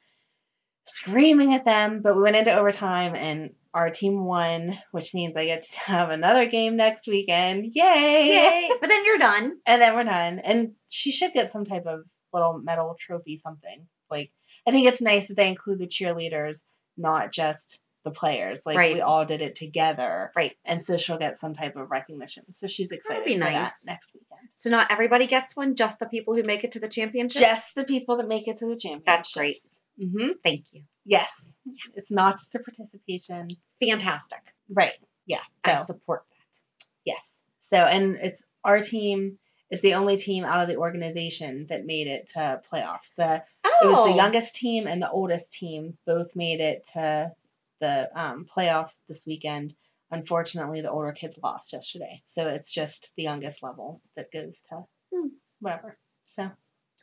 [SPEAKER 2] Screaming at them, but we went into overtime and our team won, which means I get to have another game next weekend. Yay!
[SPEAKER 1] Yay! but then you're done.
[SPEAKER 2] And then we're done. And she should get some type of little medal trophy, something. Like, I think it's nice that they include the cheerleaders, not just the players. Like,
[SPEAKER 1] Right.
[SPEAKER 2] we all did it together.
[SPEAKER 1] Right.
[SPEAKER 2] And so she'll get some type of recognition. So she's excited
[SPEAKER 1] be
[SPEAKER 2] for
[SPEAKER 1] nice.
[SPEAKER 2] that next weekend.
[SPEAKER 1] So not everybody gets one, just the people who make it to the championship.
[SPEAKER 2] Just the people that make it to the championship.
[SPEAKER 1] That's great.
[SPEAKER 2] Mm-hmm.
[SPEAKER 1] Thank you.
[SPEAKER 2] Yes. yes. It's not just a participation.
[SPEAKER 1] Fantastic.
[SPEAKER 2] Right. Yeah.
[SPEAKER 1] I support that.
[SPEAKER 2] Yes. So, and it's our team is the only team out of the organization that made it to playoffs. The it
[SPEAKER 1] Oh.
[SPEAKER 2] was the youngest team and the oldest team both made it to the um, playoffs this weekend. Unfortunately, the older kids lost yesterday, so it's just the youngest level that goes to
[SPEAKER 1] Hmm.
[SPEAKER 2] whatever. So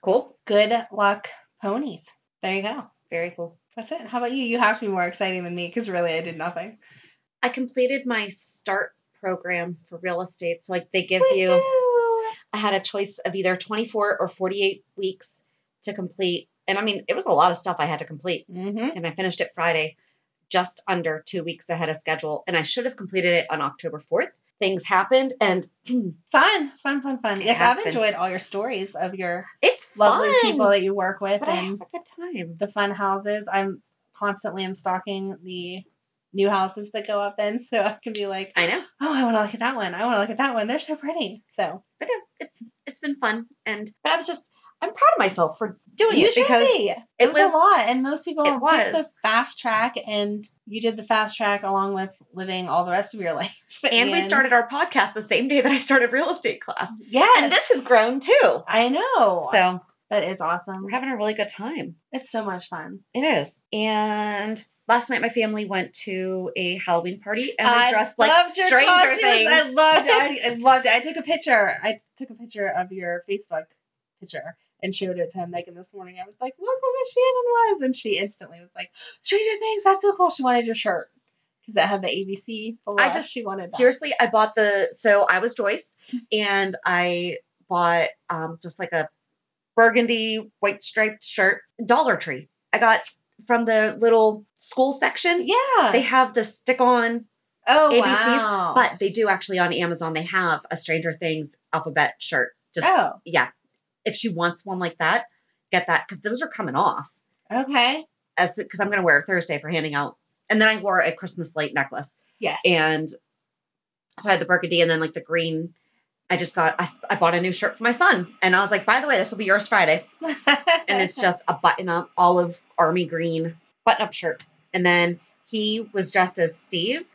[SPEAKER 1] Cool.
[SPEAKER 2] good luck, ponies. There you go.
[SPEAKER 1] Very cool.
[SPEAKER 2] That's it. How about you? You have to be more exciting than me because really I did nothing.
[SPEAKER 1] I completed my start program for real estate. So like they give you
[SPEAKER 2] Woohoo!
[SPEAKER 1] I had a choice of either 24 or 48 weeks to complete. And I mean, it was a lot of stuff I had to complete.
[SPEAKER 2] Mhm.
[SPEAKER 1] And I finished it Friday, just under two weeks ahead of schedule. And I should have completed it on October 4th. Things happened and
[SPEAKER 2] Fun, fun, fun, fun.
[SPEAKER 1] It
[SPEAKER 2] Yes,
[SPEAKER 1] has
[SPEAKER 2] I've
[SPEAKER 1] been.
[SPEAKER 2] enjoyed all your stories of your
[SPEAKER 1] it's
[SPEAKER 2] lovely
[SPEAKER 1] fun,
[SPEAKER 2] people that you work with
[SPEAKER 1] But I have
[SPEAKER 2] and
[SPEAKER 1] a good time.
[SPEAKER 2] the fun houses. I'm constantly am stalking the new houses that go up then, so I can be like,
[SPEAKER 1] I know.
[SPEAKER 2] oh, I want to look at that one. I want to look at that one. They're so pretty. So
[SPEAKER 1] But it- it's it's been fun. And but I was just I'm proud of myself for doing
[SPEAKER 2] you
[SPEAKER 1] it
[SPEAKER 2] should
[SPEAKER 1] because
[SPEAKER 2] be.
[SPEAKER 1] it
[SPEAKER 2] It was,
[SPEAKER 1] was
[SPEAKER 2] a lot, and most people
[SPEAKER 1] it
[SPEAKER 2] pick
[SPEAKER 1] was.
[SPEAKER 2] the fast track, and you did the fast track along with living all the rest of your life.
[SPEAKER 1] and we started our podcast the same day that I started real estate class.
[SPEAKER 2] yeah,
[SPEAKER 1] And this has grown too.
[SPEAKER 2] I know.
[SPEAKER 1] So
[SPEAKER 2] that is awesome.
[SPEAKER 1] we're having a really good time.
[SPEAKER 2] It's so much fun.
[SPEAKER 1] It is. And last night my family went to a Halloween party and I dressed like
[SPEAKER 2] loved your
[SPEAKER 1] Stranger
[SPEAKER 2] costumes.
[SPEAKER 1] Things.
[SPEAKER 2] I loved. I, I loved it. I took a picture. I took a picture of your Facebook picture and showed it to Megan this morning. I was like, "Look what Miss Shannon was," and she instantly was like, "Stranger Things. That's so cool." She wanted your shirt because it had the ABC.
[SPEAKER 1] I
[SPEAKER 2] I
[SPEAKER 1] just-
[SPEAKER 2] just she wanted that.
[SPEAKER 1] Seriously, I bought the so I was Joyce and I bought um just like a burgundy white striped shirt, Dollar Tree. I got from the little school section.
[SPEAKER 2] Yeah.
[SPEAKER 1] They have the stick on
[SPEAKER 2] oh
[SPEAKER 1] ABCs,
[SPEAKER 2] wow.
[SPEAKER 1] But they do actually on Amazon. They have a Stranger Things alphabet shirt. Just
[SPEAKER 2] oh
[SPEAKER 1] yeah, if she wants one like that, get that because those are coming off.
[SPEAKER 2] okay.
[SPEAKER 1] As because I'm gonna wear it Thursday for handing out, and then I wore a Christmas light necklace,
[SPEAKER 2] Yes.
[SPEAKER 1] and so I had the burgundy and then like the green. I just got I, s- I bought a new shirt for my son, and I was like, by the way, this will be yours Friday, and it's just a button up olive army green button up shirt, and then he was dressed as Steve,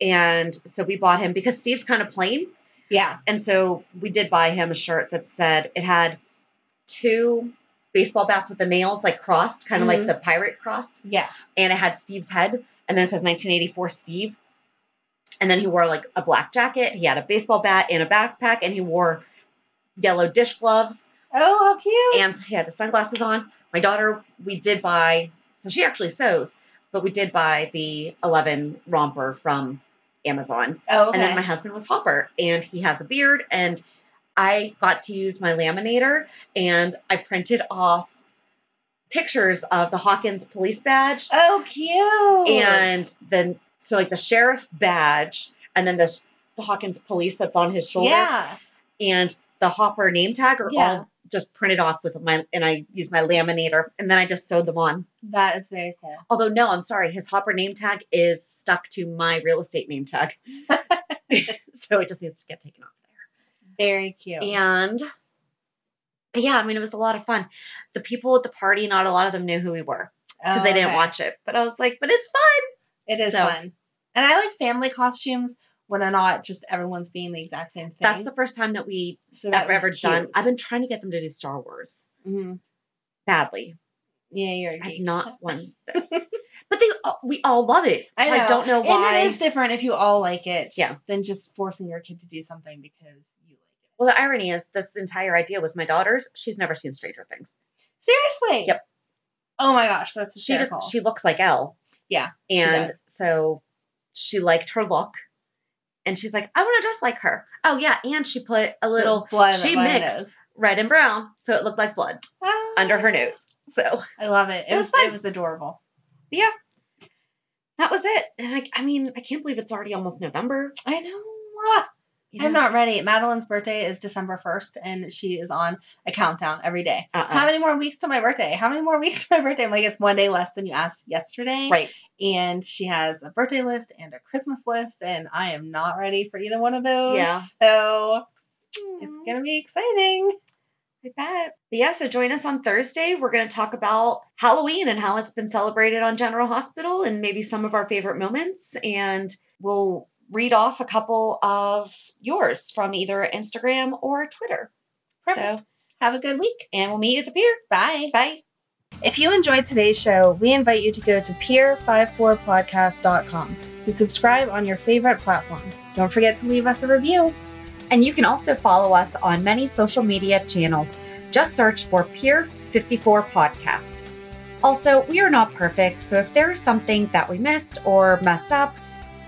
[SPEAKER 1] and so we bought him because Steve's kind of plain,
[SPEAKER 2] yeah.
[SPEAKER 1] and so we did buy him a shirt that said it had two baseball bats with the nails like crossed, kind of
[SPEAKER 2] Mhm.
[SPEAKER 1] like the pirate cross,
[SPEAKER 2] Yeah.
[SPEAKER 1] and it had Steve's head, and then it says 1984 Steve. And then he wore like a black jacket, he had a baseball bat and a backpack, and he wore yellow dish gloves,
[SPEAKER 2] Oh, how cute.
[SPEAKER 1] and he had his sunglasses on. My daughter, we did buy, so she actually sews, but we did buy the 11 romper from Amazon.
[SPEAKER 2] oh, okay.
[SPEAKER 1] And then my husband was Hopper, and he has a beard. And I got to use my laminator, and I printed off pictures of the Hawkins police badge
[SPEAKER 2] oh, cute.
[SPEAKER 1] and then so like the sheriff badge, and then the, sh- the Hawkins police that's on his shoulder,
[SPEAKER 2] yeah.
[SPEAKER 1] and the Hopper name tag are
[SPEAKER 2] Yeah.
[SPEAKER 1] all just printed off with my and I used my laminator, and then I just sewed them on.
[SPEAKER 2] That is very cool.
[SPEAKER 1] Although no, I'm sorry, his Hopper name tag is stuck to my real estate name tag, so it just needs to get taken off there.
[SPEAKER 2] Very cute.
[SPEAKER 1] And but yeah, I mean, it was a lot of fun. The people at the party, not a lot of them knew who we were because
[SPEAKER 2] Oh,
[SPEAKER 1] they didn't
[SPEAKER 2] okay.
[SPEAKER 1] watch it. But I was like, but it's fun.
[SPEAKER 2] It is
[SPEAKER 1] So-
[SPEAKER 2] fun. And I like family costumes when they're not just everyone's being the exact same thing.
[SPEAKER 1] That's the first time that we
[SPEAKER 2] so
[SPEAKER 1] that ever
[SPEAKER 2] was
[SPEAKER 1] done.
[SPEAKER 2] cute.
[SPEAKER 1] I've been trying to get them to do Star Wars
[SPEAKER 2] Mhm.
[SPEAKER 1] badly.
[SPEAKER 2] Yeah, you're a
[SPEAKER 1] I've
[SPEAKER 2] geek.
[SPEAKER 1] not won this, but they all- we all love it.
[SPEAKER 2] I
[SPEAKER 1] So I,
[SPEAKER 2] know.
[SPEAKER 1] don't know why.
[SPEAKER 2] And it is different if you all like it
[SPEAKER 1] Yeah.
[SPEAKER 2] than just forcing your kid to do something because you like it.
[SPEAKER 1] well, the irony is, this entire idea was my daughter's. She's never seen Stranger Things.
[SPEAKER 2] Seriously.
[SPEAKER 1] Yep.
[SPEAKER 2] Oh my gosh, that's
[SPEAKER 1] She
[SPEAKER 2] hysterical.
[SPEAKER 1] just she looks like Elle.
[SPEAKER 2] Yeah, she
[SPEAKER 1] and
[SPEAKER 2] does.
[SPEAKER 1] so she liked her look, and she's like, I want to dress like her. Oh yeah, and she put a
[SPEAKER 2] The
[SPEAKER 1] little
[SPEAKER 2] blood
[SPEAKER 1] she
[SPEAKER 2] on my
[SPEAKER 1] mixed.
[SPEAKER 2] nose.
[SPEAKER 1] red and brown, so it looked like blood
[SPEAKER 2] Ah.
[SPEAKER 1] under her nose. So
[SPEAKER 2] I love it. It,
[SPEAKER 1] It was
[SPEAKER 2] was,
[SPEAKER 1] fun.
[SPEAKER 2] It was adorable.
[SPEAKER 1] that was it. And I, I mean, I can't believe it's already almost November.
[SPEAKER 2] I know. Ah,
[SPEAKER 1] you
[SPEAKER 2] I'm
[SPEAKER 1] know?
[SPEAKER 2] not ready. Madeline's birthday is December 1st, and she is on a countdown every day.
[SPEAKER 1] Uh-uh.
[SPEAKER 2] How many more weeks to my birthday? How many more weeks to my birthday? I'm like, it's one day less than you asked yesterday.
[SPEAKER 1] right.
[SPEAKER 2] And she has a birthday list and a Christmas list, and I am not ready for either one of those.
[SPEAKER 1] Yeah.
[SPEAKER 2] So it's going to be exciting.
[SPEAKER 1] I bet. But yeah, so join us on Thursday. We're going to talk about Halloween and how it's been celebrated on General Hospital and maybe some of our favorite moments. And we'll read off a couple of yours from either Instagram or Twitter. So,
[SPEAKER 2] Perfect. Have a good week.
[SPEAKER 1] and we'll meet you at the pier.
[SPEAKER 2] Bye.
[SPEAKER 1] Bye.
[SPEAKER 2] If you enjoyed today's show, we invite you to go to peer54podcast.com to subscribe on your favorite platform. Don't forget to leave us a review.
[SPEAKER 1] And you can also follow us on many social media channels. Just search for Pier 54 Podcast. Also, we are not perfect, so if there is something that we missed or messed up,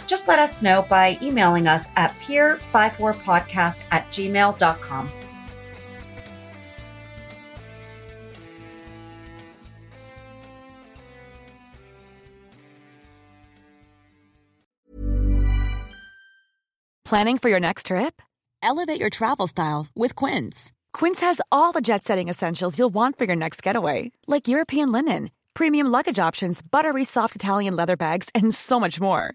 [SPEAKER 1] just let us know by emailing us at peer54podcast at gmail.com.
[SPEAKER 3] Planning for your next trip? Elevate your travel style with Quince. Quince has all the jet setting essentials you'll want for your next getaway, like European linen, premium luggage options, buttery soft Italian leather bags, and so much more.